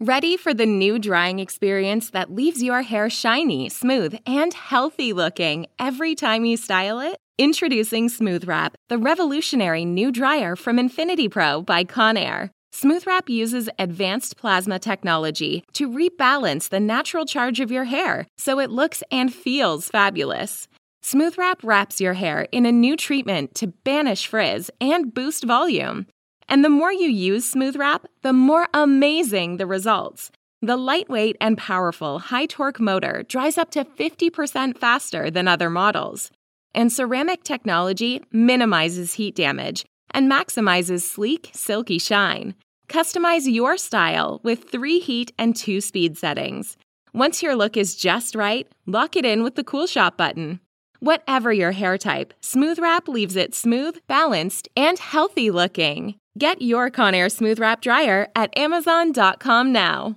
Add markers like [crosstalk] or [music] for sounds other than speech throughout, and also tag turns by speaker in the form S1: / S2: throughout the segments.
S1: Ready for the new drying experience that leaves your hair shiny, smooth, and healthy looking every time you style it? Introducing Smooth Wrap, the revolutionary new dryer from Infinity Pro by Conair. Smooth Wrap uses advanced plasma technology to rebalance the natural charge of your hair so it looks and feels fabulous. Smooth Wrap wraps your hair in a new treatment to banish frizz and boost volume. And the more you use Smooth Wrap, the more amazing the results. The lightweight and powerful high torque motor dries up to 50% faster than other models. And ceramic technology minimizes heat damage and maximizes sleek, silky shine. Customize your style with three heat and two speed settings. Once your look is just right, lock it in with the Cool Shop button. Whatever your hair type, Smooth Wrap leaves it smooth, balanced, and healthy looking. Get your Conair Smooth Wrap dryer at Amazon.com now.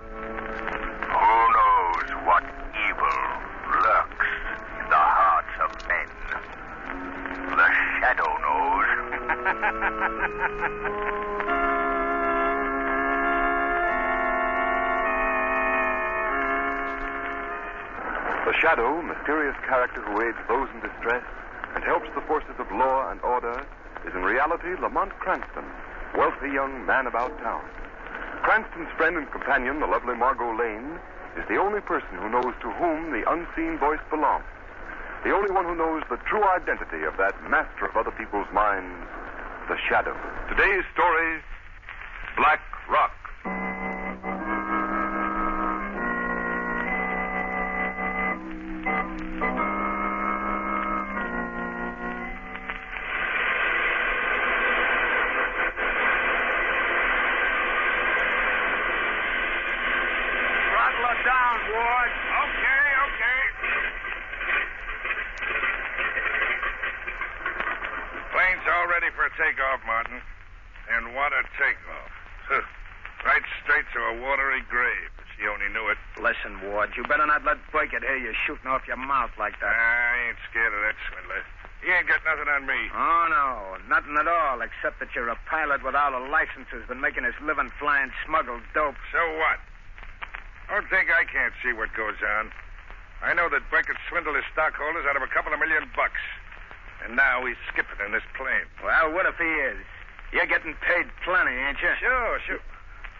S2: Who knows what evil lurks in the hearts of men? The shadow knows.
S3: The Shadow, mysterious character who aids those in distress and helps the forces of law and order, is in reality Lamont Cranston, wealthy young man about town. Cranston's friend and companion, the lovely Margot Lane, is the only person who knows to whom the unseen voice belongs. The only one who knows the true identity of that master of other people's minds, the Shadow. Today's story Black Rock.
S2: Throttle her down, Ward. Okay, okay. Plane's all ready for a takeoff, Martin. And what a takeoff. Huh.
S3: [laughs]
S2: right straight to a watery grave, if she only knew it.
S4: Listen, Ward, you better not let Burkett hear you shooting off your mouth like that.
S2: I ain't scared of that swindler. He ain't got nothing on me.
S4: Oh, no, nothing at all, except that you're a pilot without a license who's been making his living flying smuggled dope.
S2: So what? Don't think I can't see what goes on. I know that Beckett swindled his stockholders out of a couple of million bucks. And now he's skipping in this plane.
S4: Well, what if he is? You're getting paid plenty, ain't you?
S2: Sure, sure.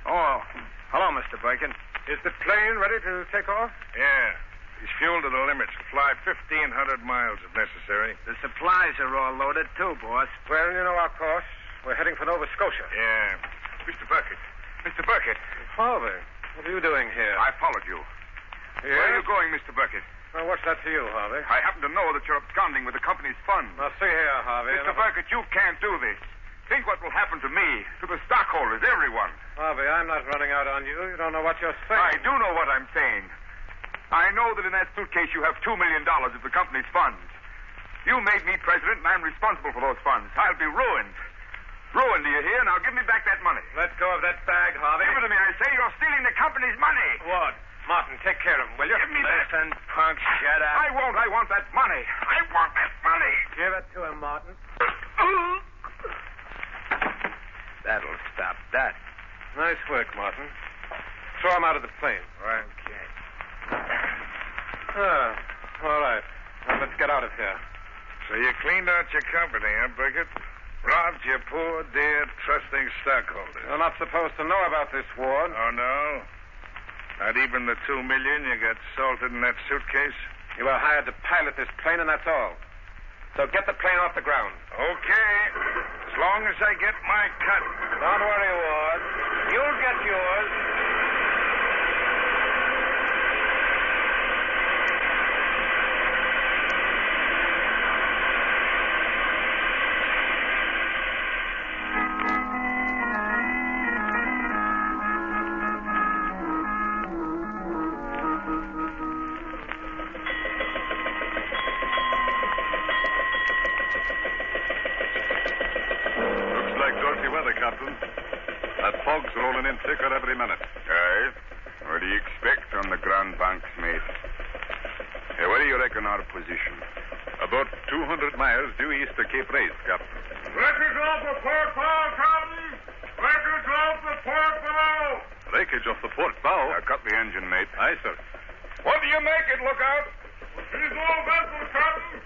S4: Oh, hello, Mr. Burkett. Is the plane ready to take off?
S2: Yeah. He's fueled to the limits. Fly 1,500 miles if necessary.
S4: The supplies are all loaded, too, boss.
S5: Well, you know our course. We're heading for Nova Scotia.
S2: Yeah. Mr. Bucket. Mr. Bucket.
S5: Harvey, what are you doing here?
S2: I followed you. Where are you going, Mr. Bucket?
S5: Well, what's that to you, Harvey?
S2: I happen to know that you're absconding with the company's funds.
S5: Now, see here, Harvey.
S2: Mr. Burkett, you can't do this. Think what will happen to me, to the stockholders, everyone.
S5: Harvey, I'm not running out on you. You don't know what you're
S2: I
S5: saying.
S2: do know what I'm saying. I know that in that suitcase you have $2 million of the company's funds. You made me president, and I'm responsible for those funds. I'll be ruined. Ruined, do you hear? Now give me back that money.
S5: Let go of that bag, Harvey.
S2: Give it to me, I say. You're stealing the company's money.
S5: Ward, Martin, take care of him, will you?
S2: Give me that.
S5: Listen, punk, shut up.
S2: I won't. I want that money. I want that money.
S5: Give it to him, Martin.
S4: That'll stop that.
S5: Nice work, Martin. Throw him out of the plane.
S2: Right.
S4: Okay.
S5: Ah, all right. Now, let's get out of here.
S2: So you cleaned out your company, huh, Burkett? Robbed your poor, dear, trusting stockholders.
S5: You're not supposed to know about this, Ward.
S2: Oh, no? Not even the two million you got salted in that suitcase?
S5: You were hired to pilot this plane, and that's all. So get the plane off the ground.
S2: Okay. As long as I get my cut.
S5: Don't worry, Ward. You'll get yours.
S3: Looks like dodgy weather, Captain. That fog's rolling in thicker every minute. Aye. What do you expect on the Grand Banks, mate? Hey, where do you reckon our position? About 200 miles due east of Cape Race, Captain.
S2: Let us off the port bow, Captain! Let us off the port bow!
S6: breakage off the port bow.
S2: Now, cut the engine, mate.
S6: Aye, sir.
S2: What do you make it, lookout? This old vessel, Captain,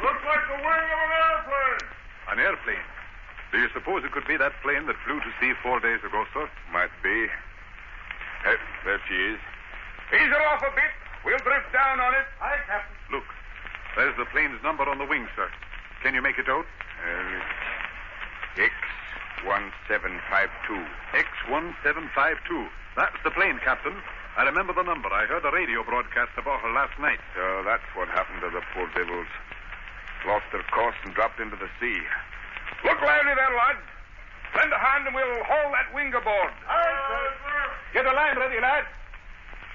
S2: looks like the wing of an airplane.
S6: An airplane. Do you suppose it could be that plane that flew to sea four days ago, sir?
S2: Might be. Eh, there she is. Ease her off a bit. We'll drift down on it. Aye, Captain.
S6: Look, there's the plane's number on the wing, sir. Can you make it out?
S2: Uh, X1752.
S6: X1752. That's the plane, Captain. I remember the number. I heard a radio broadcast about her last night.
S2: So that's what happened to the poor devils. Lost their course and dropped into the sea. Look lively there, lads. Lend a hand and we'll haul that wing aboard. Aye, sir. Get the line ready, lads.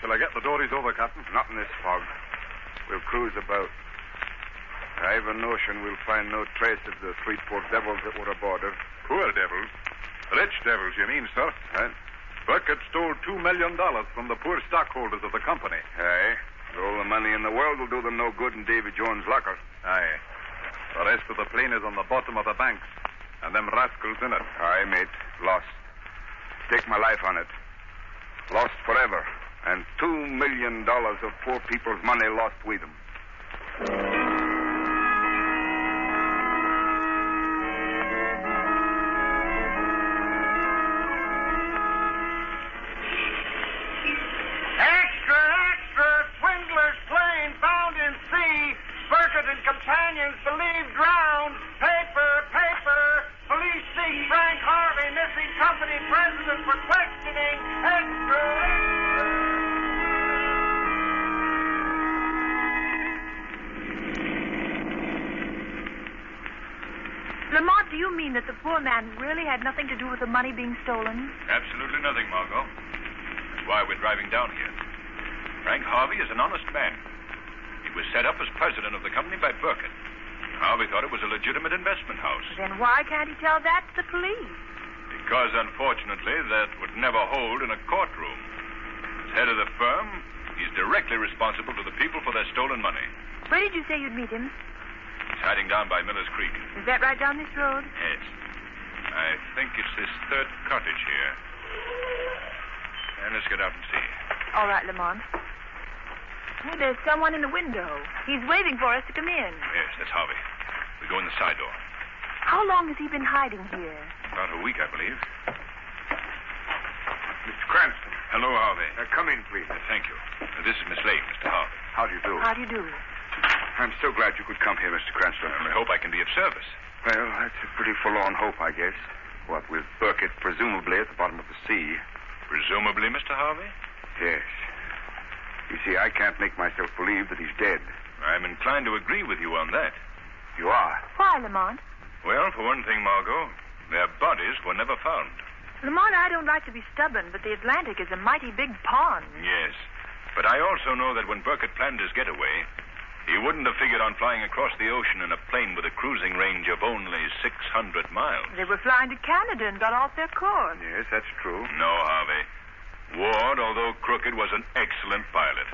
S6: Shall I get the dories over, Captain?
S2: Not in this fog. We'll cruise about. I've a notion we'll find no trace of the three poor devils that were aboard her.
S6: Poor devils. Rich devils, you mean, sir?
S2: Huh?
S6: Burkett stole two million dollars from the poor stockholders of the company.
S2: Aye. All the money in the world will do them no good in Davy Jones' locker.
S6: Aye. The rest of the plane is on the bottom of the banks, and them rascals in it.
S2: Aye, mate. Lost. Stake my life on it. Lost forever. And two million dollars of poor people's money lost with them.
S7: Extra, extra! Swindler's plane bound in sea. Burkett and companions believed drowned. Paper, paper! Police seek Frank Harvey, missing company president for questioning. Extra, extra!
S8: Lamont, do you mean that the poor man really had nothing to do with the money being stolen?
S3: [laughs] Absolutely nothing, Margot. That's why we're driving down here. Frank Harvey is an honest man. He was set up as president of the company by Burkett. Harvey thought it was a legitimate investment house.
S8: Then why can't he tell that to the police?
S3: Because, unfortunately, that would never hold in a courtroom. As head of the firm, he's directly responsible to the people for their stolen money.
S8: Where did you say you'd meet him?
S3: He's hiding down by Miller's Creek.
S8: Is that right down this road?
S3: Yes. I think it's this third cottage here. And let's get out and see.
S8: All right, Lamont. Hey, there's someone in the window. He's waiting for us to come in.
S3: Yes, that's Harvey. We go in the side door.
S8: How long has he been hiding here?
S3: About a week, I believe.
S2: Mr. Cranston.
S3: Hello, Harvey.
S2: Now, come in, please.
S3: Uh, thank you. Uh, this is Miss Lane, Mr. Harvey.
S2: How do you do?
S8: How do you do?
S2: I'm so glad you could come here, Mr. Cranston.
S3: I hope I can be of service.
S2: Well, that's a pretty forlorn hope, I guess. What with Burkett presumably at the bottom of the sea.
S3: Presumably, Mr. Harvey?
S2: Yes. You see, I can't make myself believe that he's dead.
S3: I'm inclined to agree with you on that.
S2: You are.
S8: Why, Lamont?
S3: Well, for one thing, Margot, their bodies were never found.
S8: Lamont, I don't like to be stubborn, but the Atlantic is a mighty big pond.
S3: Yes. But I also know that when Burkett planned his getaway, he wouldn't have figured on flying across the ocean in a plane with a cruising range of only 600 miles.
S8: They were flying to Canada and got off their course.
S2: Yes, that's true.
S3: No, Harvey. Ward, although crooked, was an excellent pilot.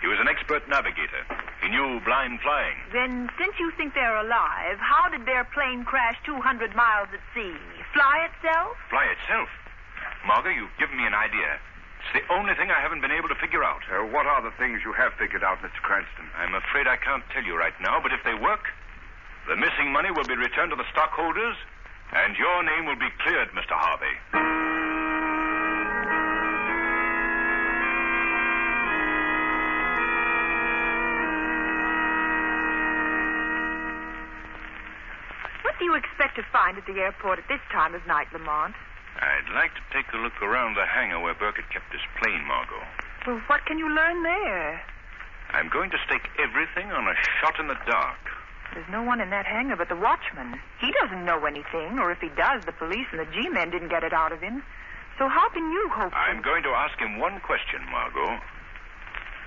S3: He was an expert navigator. He knew blind flying.
S8: Then, since you think they're alive, how did their plane crash 200 miles at sea? Fly itself?
S3: Fly itself. Margot, you've given me an idea. It's the only thing I haven't been able to figure out.
S2: Uh, what are the things you have figured out, Mr. Cranston?
S3: I'm afraid I can't tell you right now, but if they work, the missing money will be returned to the stockholders, and your name will be cleared, Mr. Harvey.
S8: What do you expect to find at the airport at this time of night, Lamont?
S3: I'd like to take a look around the hangar where Burkett kept his plane, Margot.
S8: Well, what can you learn there?
S3: I'm going to stake everything on a shot in the dark.
S8: There's no one in that hangar but the watchman. He doesn't know anything, or if he does, the police and the G-men didn't get it out of him. So how can you hope?
S3: I'm going to ask him one question, Margot.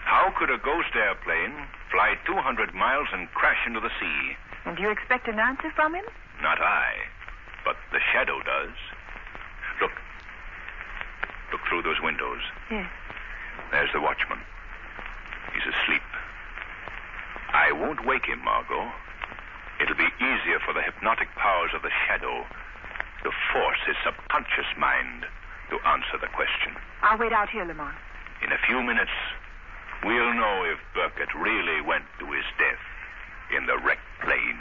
S3: How could a ghost airplane fly 200 miles and crash into the sea?
S8: And do you expect an answer from him?
S3: Not I, but the shadow does. Look. Look through those windows.
S8: Yes.
S3: There's the watchman. He's asleep. I won't wake him, Margot. It'll be easier for the hypnotic powers of the shadow to force his subconscious mind to answer the question.
S9: I'll wait out here, Lamont.
S2: In a few minutes, we'll know if Burkett really went to his death in the wrecked plane.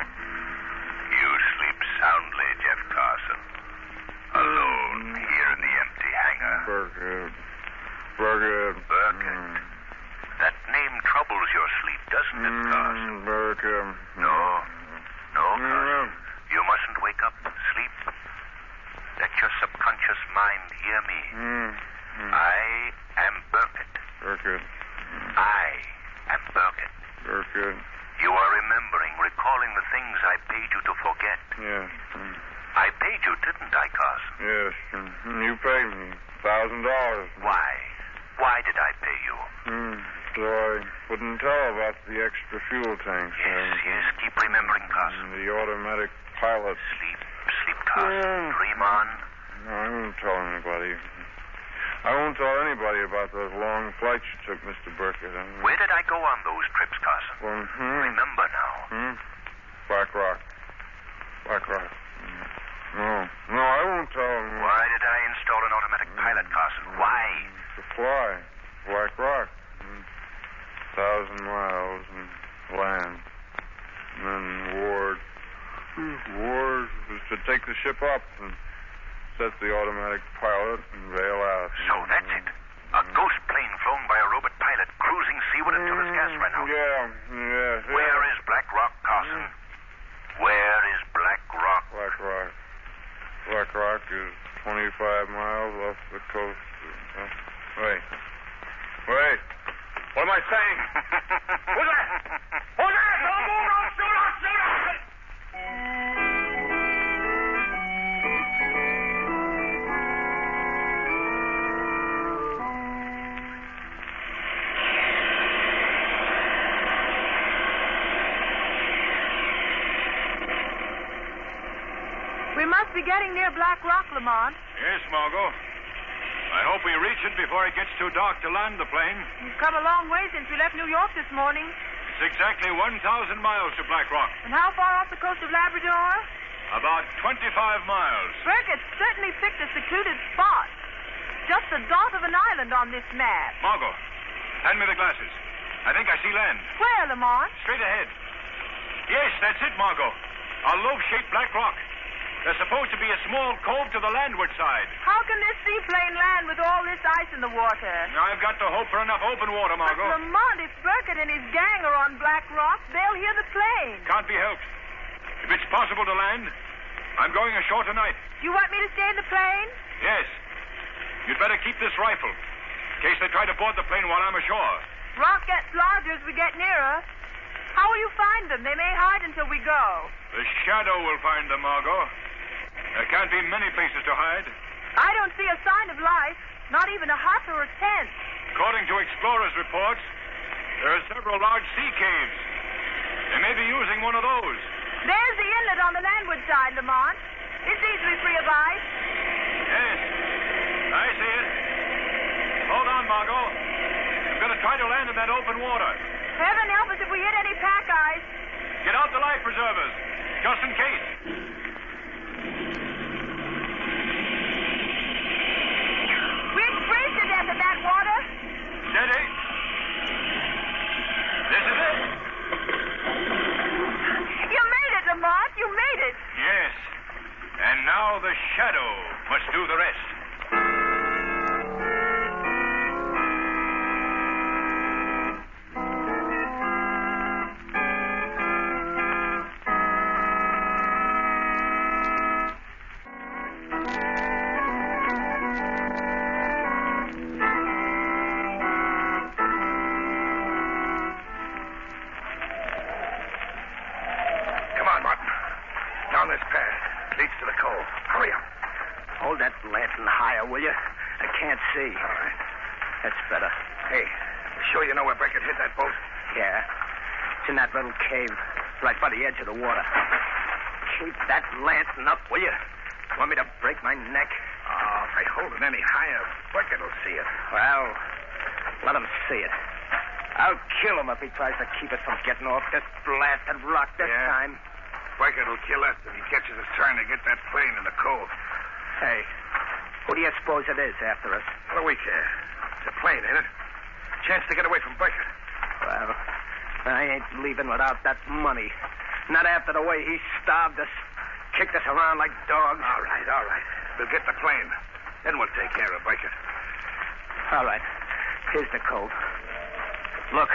S3: You sleep soundly, Jeff Carson. Alone
S10: Mm.
S3: here in the empty hangar.
S10: Burger. Burger.
S3: Burkett. That name troubles your sleep, doesn't it, Carson?
S10: Burger.
S3: No. No, Carson. You mustn't wake up. Sleep. Let your subconscious mind hear me.
S10: Mm.
S2: Hmm.
S3: I am Burkett.
S10: Burger.
S3: I am Burkett.
S10: Burger.
S3: You are remembering, recalling the things I paid you to forget.
S10: Yes. Mm.
S3: I paid you, didn't I, Carson?
S10: Yes. Mm. You paid me. Thousand dollars.
S3: Why? Why did I pay you?
S10: Hmm.
S4: Uh, [laughs]
S10: So I wouldn't tell about the extra fuel tanks.
S3: Yes, yes, keep remembering, Carson.
S10: And the automatic pilot.
S3: Sleep, sleep, Carson.
S10: Yeah.
S3: Dream on.
S10: No, I won't tell anybody. I won't tell anybody about those long flights you took, Mr. Burkett. I'm...
S3: Where did I go on those trips, Carson?
S10: Mm. Well, hmm.
S3: Remember now.
S10: Hmm? Black Rock. Black Rock. Hmm. No, no, I won't tell them.
S3: Why did I install an automatic pilot, Carson? Why?
S10: To fly. Black Rock. Hmm. Thousand miles and land. And then Ward. Ward was to take the ship up and set the automatic pilot and bail out.
S3: So that's it. A ghost plane flown by a robot pilot cruising seaward until his gas ran out.
S10: Yeah, yeah. yeah.
S3: Where is Black Rock, Carson? Where is Black Rock?
S10: Black Rock. Black Rock is 25 miles off the coast. of- huh? Wait. Wait. What am I saying?
S2: Hmm.
S10: Who's that? Who's that? Don't move, don't shoot, don't shoot, don't shoot.
S9: We must be getting near Black Rock, Lamont.
S2: Yes, Margot. I hope we reach it before it gets too dark to land the plane.
S9: You've come a long way since you left New York this morning.
S2: It's exactly 1,000 miles to Black Rock,
S9: And how far off the coast of Labrador?
S2: about 25 miles.
S9: Burkett certainly picked a secluded spot. Just the dot of an island on this map.
S2: Margot, hand me the glasses. I think I see land.
S9: Where, Lamont?
S2: Straight ahead. Yes, that's it, Margot. A lobe shaped black rock. There's supposed to be a small cove to the landward side.
S9: How can this seaplane land with all this ice in the water?
S2: I've got to hope for enough open water,
S9: But
S2: Margot.
S9: Lamont, if Burkett and his gang are on Black Rock, they'll hear the plane.
S2: Can't be helped. If it's possible to land, I'm going ashore tonight.
S9: You want me to stay in the plane?
S2: Yes. You'd better keep this rifle in case they try to board the plane while I'm ashore.
S9: Rock gets larger as we get nearer. How will you find them? They may hide until we go.
S2: The shadow will find them, Margot. There can't be many places to hide.
S9: I don't see a sign of life, not even a hut or a tent.
S2: According to explorers' reports, there are several large sea caves. They may be using one of those.
S9: There's the inlet on the landward side, Lamont. It's easily free of ice.
S2: Yes, I see it. Hold on, Margot. I'm going to try to land in that open water.
S9: Heaven help us if we hit any pack ice.
S2: Get out the life preservers, just in case.
S9: We'd freeze to death in that water.
S2: Steady.
S7: [laughs]
S2: This is it.
S9: You made it, Lamont. You made it.
S2: Yes. And now the shadow must do the rest.
S3: Come on, Martin. Down this path. Leads to the cove. Hurry up. Hold that lantern higher, will you? I can't see. All right. That's better. Hey, you sure you know where Beckett hit that boat? Yeah.
S4: It's in that little cave, right by the edge of the water. Keep that lantern up, will you? Want me to break my neck?
S3: Oh, if I hold it any higher, Burkett will see it.
S4: Well, let him see it. I'll kill him if he tries to keep us from getting off this blasted rock this
S3: Yeah?
S4: time.
S3: Burkett will kill us if he catches us trying to get that plane in the cove.
S4: Hey, who do you suppose it is after us?
S3: What do we care? It's a plane, ain't it? Chance to get away from Burkett.
S4: Well, I ain't leaving without that money. Not after the way he starved us, kicked us around like dogs.
S3: All right, all right. We'll get the plane. Then we'll take care of Burkett.
S4: All right. Here's the cove. Look,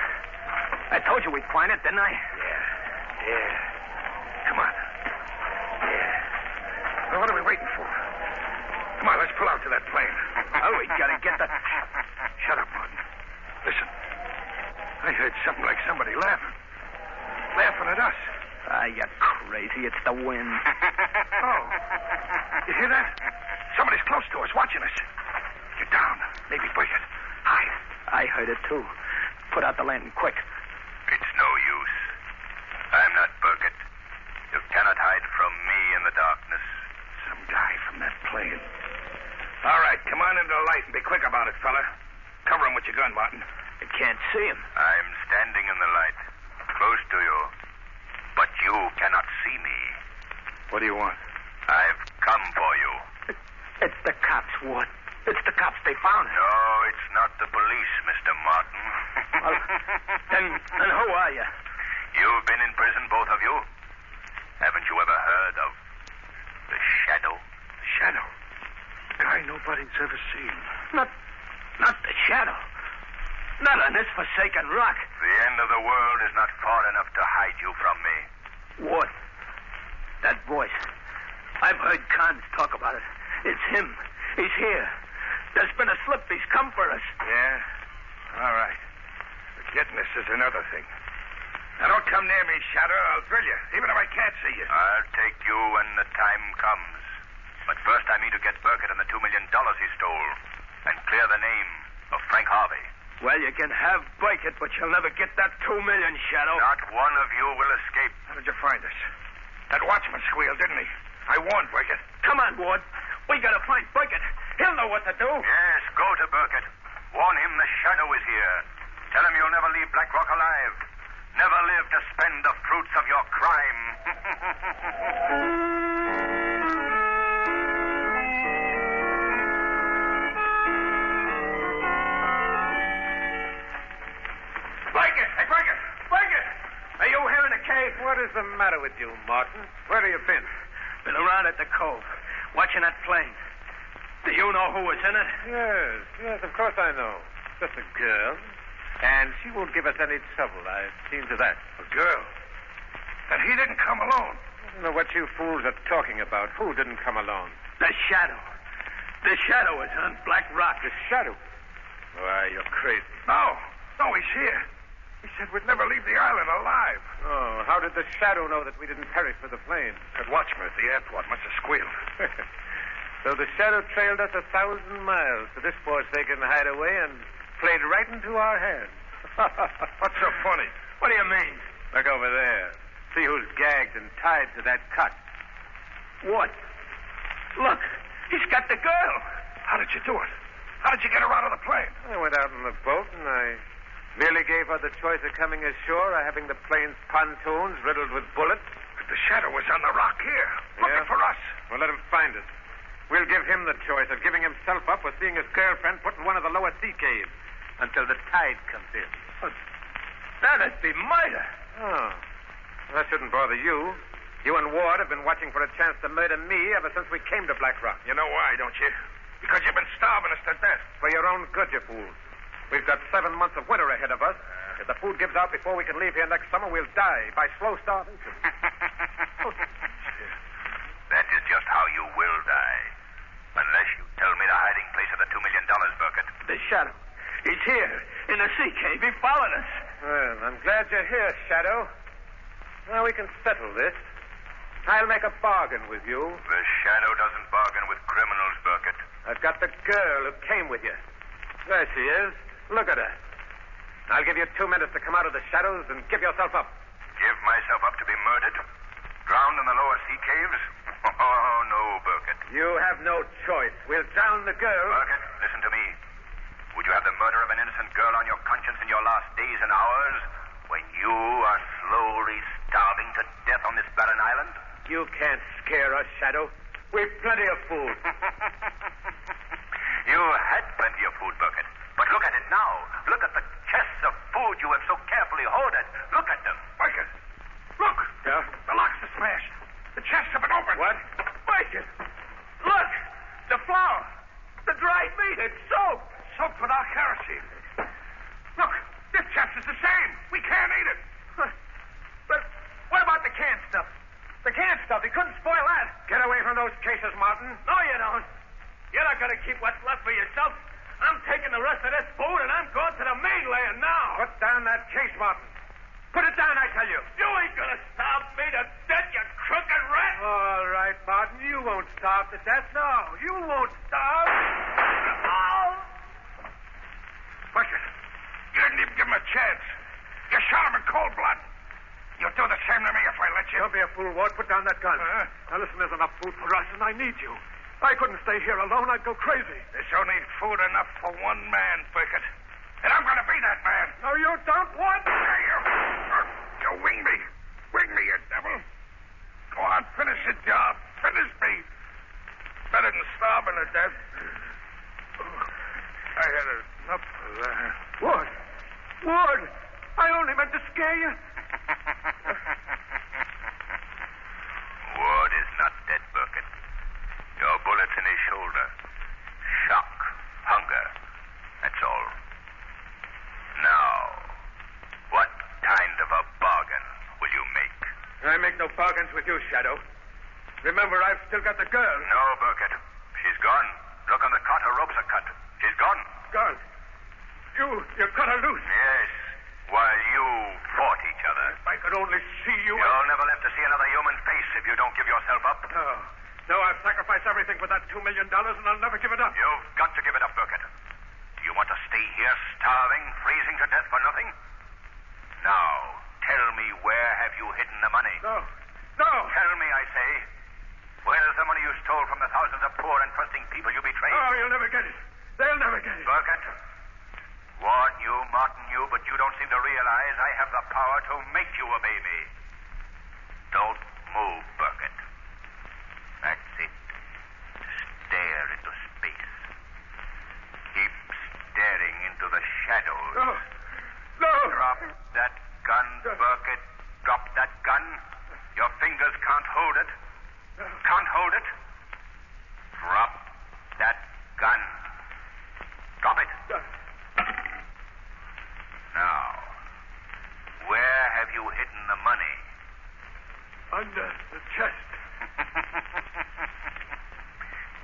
S4: I told you we'd find it, didn't I?
S3: Yeah. Yeah. Come on. Yeah. Well, what are we waiting for? Come on, let's pull out to that
S4: [laughs]
S3: plane.
S4: Oh, we gotta get the.
S3: Shut up, Martin. Listen. I heard something like somebody laughing. Laughing at us.
S4: Ah, you crazy. It's the wind.
S3: Oh. [laughs] You hear that? Somebody's close to us, watching us. Get down. Maybe Burkett. Hide.
S4: I heard it, too. Put out the lantern quick.
S3: It's no use. I'm not Burkett. You cannot hide from me in the darkness. Some guy from that plane. All right, come on into the light and be quick about it, fella. Cover him with your gun, Martin.
S4: I can't see him.
S3: I'm standing in the light, close to you. But you cannot see me.
S5: What do you want?
S3: I've come for you.
S4: It's the cops, Ward. It's the cops. They found him.
S3: No, it's not the police, Mr. Martin.
S4: Well, then, then who are you?
S3: [laughs] You've been in prison, both of you. Haven't you ever heard of the shadow?
S5: Shadow. Guy nobody's ever seen.
S4: Not, not the shadow. Not on this forsaken rock.
S3: The end of the world is not far enough to hide you from me.
S4: Ward, that voice. I've heard Cons talk about it. It's him. He's here. There's been a slip. He's come for us.
S3: Yeah? All right. But getting us is another thing. Now, don't come near me, Shadow. I'll drill you, even if I can't see you. I'll take you when the time comes. But first, I mean to get Burkett and the two million dollars he stole and clear the name of Frank Harvey.
S4: Well, you can have Burkett, but you'll never get that two million, Shadow.
S3: Not one of you will escape. How did you find us? That watchman squealed, didn't he? I warned Burkett.
S4: Come on, Ward. We gotta find Burkett. He'll know what to do.
S3: Yes, go to Burkett. Warn him the shadow is here. Tell him you'll never leave Black Rock alive. Never live to spend the fruits of your crime. Burkett! Hey, Burkett! Burkett! Are you here in the cave?
S5: What is the matter with you, Martin? Where have you been?
S4: Been around at the cove, watching that plane. Do you know who was in it?
S5: Yes, yes, of course I know. Just a girl. And she won't give us any trouble. I've seen to that.
S3: A girl. And he didn't come alone.
S5: I don't know what you fools are talking about. Who didn't come along?
S4: The shadow. The shadow is on Black Rock.
S5: The shadow. Why, you're crazy.
S3: No. No, he's here. He said we'd never leave the island alive.
S5: Oh, how did the shadow know that we didn't perish with the plane?
S3: That watchman at the airport must have
S5: [laughs]
S3: squealed.
S5: so the shadow trailed us a thousand miles to this forsaken hideaway and played right into our hands. [laughs]
S3: What's so funny?
S5: What do you mean? Look over there. See who's gagged and tied to that cot.
S4: What? Look, he's got the girl.
S3: How did you do it? How did you get her out of the plane?
S5: I went out in the boat and I merely gave her the choice of coming ashore or having the plane's pontoons riddled with bullets.
S3: But the shadow was on the rock here, looking
S5: Yeah?
S3: for us.
S5: Well, let him find us. We'll give him the choice of giving himself up or seeing his girlfriend put in one of the lower sea caves until the tide comes in.
S3: Oh,
S4: That'd be murder.
S5: Oh. Well, that shouldn't bother you. You and Ward have been watching for a chance to murder me ever since we came to Black Rock.
S3: You know why, don't you? Because you've been starving us to death.
S5: For your own good, you fools. We've got seven months of winter ahead of us.
S3: Uh.
S5: If the food gives out before we can leave here next summer, we'll die by slow
S3: [laughs]
S5: starvation.
S3: That is just how you will die. Unless you tell me the hiding place of the two million dollars, Burkett.
S4: The shadow. He's here in the sea cave. He followed us.
S5: Well, I'm glad you're here, Shadow. Now we can settle this. I'll make a bargain with you.
S3: The shadow doesn't bargain with criminals, Burkett.
S5: I've got the girl who came with you. There she is. Look at her. I'll give you two minutes to come out of the shadows and give yourself up.
S3: Give myself up to be murdered? Drowned in the lower sea caves? [laughs] Oh, no, Burkett.
S5: You have no choice. We'll drown the girl.
S3: Burkett, listen to me. Would you have the murder of an innocent girl on your conscience in your last days and hours when you are slowly starving to death on this barren [laughs] island?
S5: You can't scare us, Shadow. We've plenty of food.
S3: [laughs] You had plenty of food, Burkett. But look at it now. Look at the chests of food you have so carefully hoarded. Look at them.
S10: Burkett! Look!
S5: Yeah?
S10: The locks are smashed. The chests have been opened.
S5: What?
S4: Burkett! Look! The flour! The dried meat! It's soaked!
S10: Soaked with our kerosene. Look, this chest is the same. We can't eat it.
S4: But what about the canned stuff? The canned stuff, he couldn't spoil that.
S5: Get away from those cases, Martin.
S4: No, you don't. You're not going to keep what's left for yourself. I'm taking the rest of this food and I'm going to the mainland now.
S5: Put down that case, Martin. Put it down, I tell you.
S4: You ain't going to starve me to death, you crooked rat.
S5: All right, Martin. You won't starve to death. No, you won't starve.
S4: Oh!
S10: Burkett, you didn't even give him a chance. You shot him in cold blood. You'll do the same to me if I let you.
S5: Don't be a fool, Ward. Put down that gun.
S10: Huh?
S5: Now, listen, there's enough food for us, and I need you. I couldn't stay here alone. I'd go crazy.
S10: There's only food enough for one man, Burkett. And I'm going to be that man.
S5: No, you don't, Ward.
S10: There you. uh, You wing me. Wing me, you devil. Go on, finish the job. Finish me. Better than starving to death. I had enough of that.
S5: Ward. Ward. I only meant to scare you.
S3: Ward is not dead, Burkett. Your bullet's in his shoulder. Shock, hunger. That's all. Now, what kind of a bargain will you make?
S5: [laughs] I make no bargains with you, Shadow. Remember, I've still got the girl.
S3: No, Burkett. She's gone. Look on the cot. Her ropes are cut. She's gone.
S5: Gone. You, you cut her loose.
S3: Yes. While you fought each other.
S5: If I could only see you.
S3: You'll never live to see another human face if you don't give yourself up.
S5: No. No, I've sacrificed everything for that $2 million, and I'll never give it up.
S3: You've got to give it up, Burkett. Do you want to stay here starving, freezing to death for nothing? Now, tell me where have you hidden the money?
S5: No. No.
S3: Tell me, I say. Where is the money you stole from the thousands of poor and trusting people you betrayed?
S5: No,
S7: Oh,
S5: you'll never get it. They'll never get it.
S3: Burkett, warn you, Martin you, but you don't seem to realize I have the power to make you obey me. Don't move, Burkett. That's it. Stare into space. Keep staring into the shadows.
S5: No. No.
S3: Drop that gun, Burkett. Drop that gun. Your fingers can't hold it. Can't hold it. Drop that gun. Drop it. Now, where have you hidden the money?
S5: Under the
S3: [laughs]
S5: chest.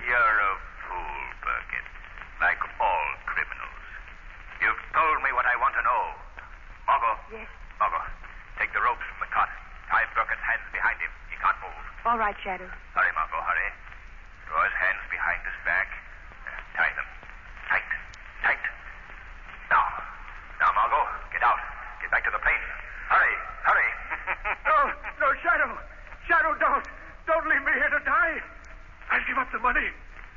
S3: You're a fool, Burkett. Like all criminals. You've told me what I want to know. Margot.
S8: Yes?
S3: Margot, take the ropes from the cot. Tie Burkett's hands behind him. He can't move.
S8: All right, Shadow.
S3: Hurry, Margot, hurry. Throw his hands behind his back. Uh, tie them. Tight. Tight. Now. Now, Margot, get out. Get back to the plane. Hurry. Hurry.
S5: No. No, Shadow. Shadow, don't. Don't leave me here to die. I'll give up the money.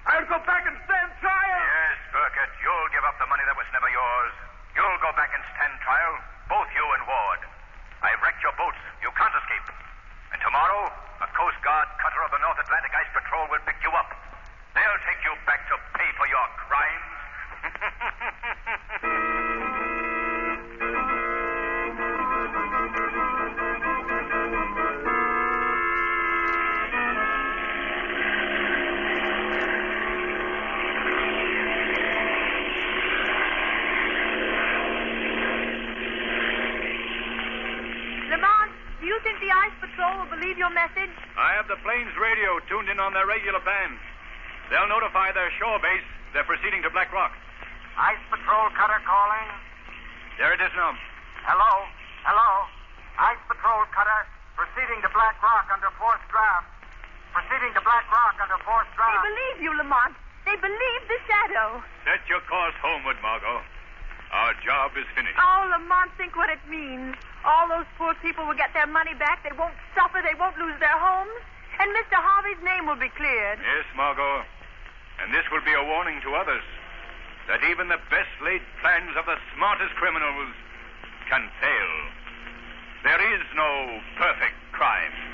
S5: I'll go back and stand trial.
S3: Yes, Burkett, you'll give up the money that was never yours. You'll go back and stand trial, both you and Ward. I've wrecked your boats. You can't escape. And tomorrow, a Coast Guard cutter of the North Atlantic Ice Patrol will pick you up. They'll take you back to pay for your crimes.
S9: Lamont, do you think the ice patrol will believe your message?
S2: I have the plane's radio tuned in on their regular band. They'll notify their shore base they're proceeding to Black Rock.
S7: Ice Patrol cutter calling.
S2: There it is now.
S7: Hello? Hello? Ice Patrol cutter proceeding to Black Rock under forced draft. Proceeding to Black Rock under forced
S9: They
S7: draft.
S9: believe you, Lamont. They believe the shadow.
S2: Set your course homeward, Margot. Our job is finished.
S9: Oh, Lamont, think what it means. All those poor people will get their money back. They won't suffer. They won't lose their homes. And Mr. Harvey's name will be cleared.
S3: Yes, Margot. And this will be a warning to others that even the best laid plans of the smartest criminals can fail. There is no perfect crime. [laughs] [laughs]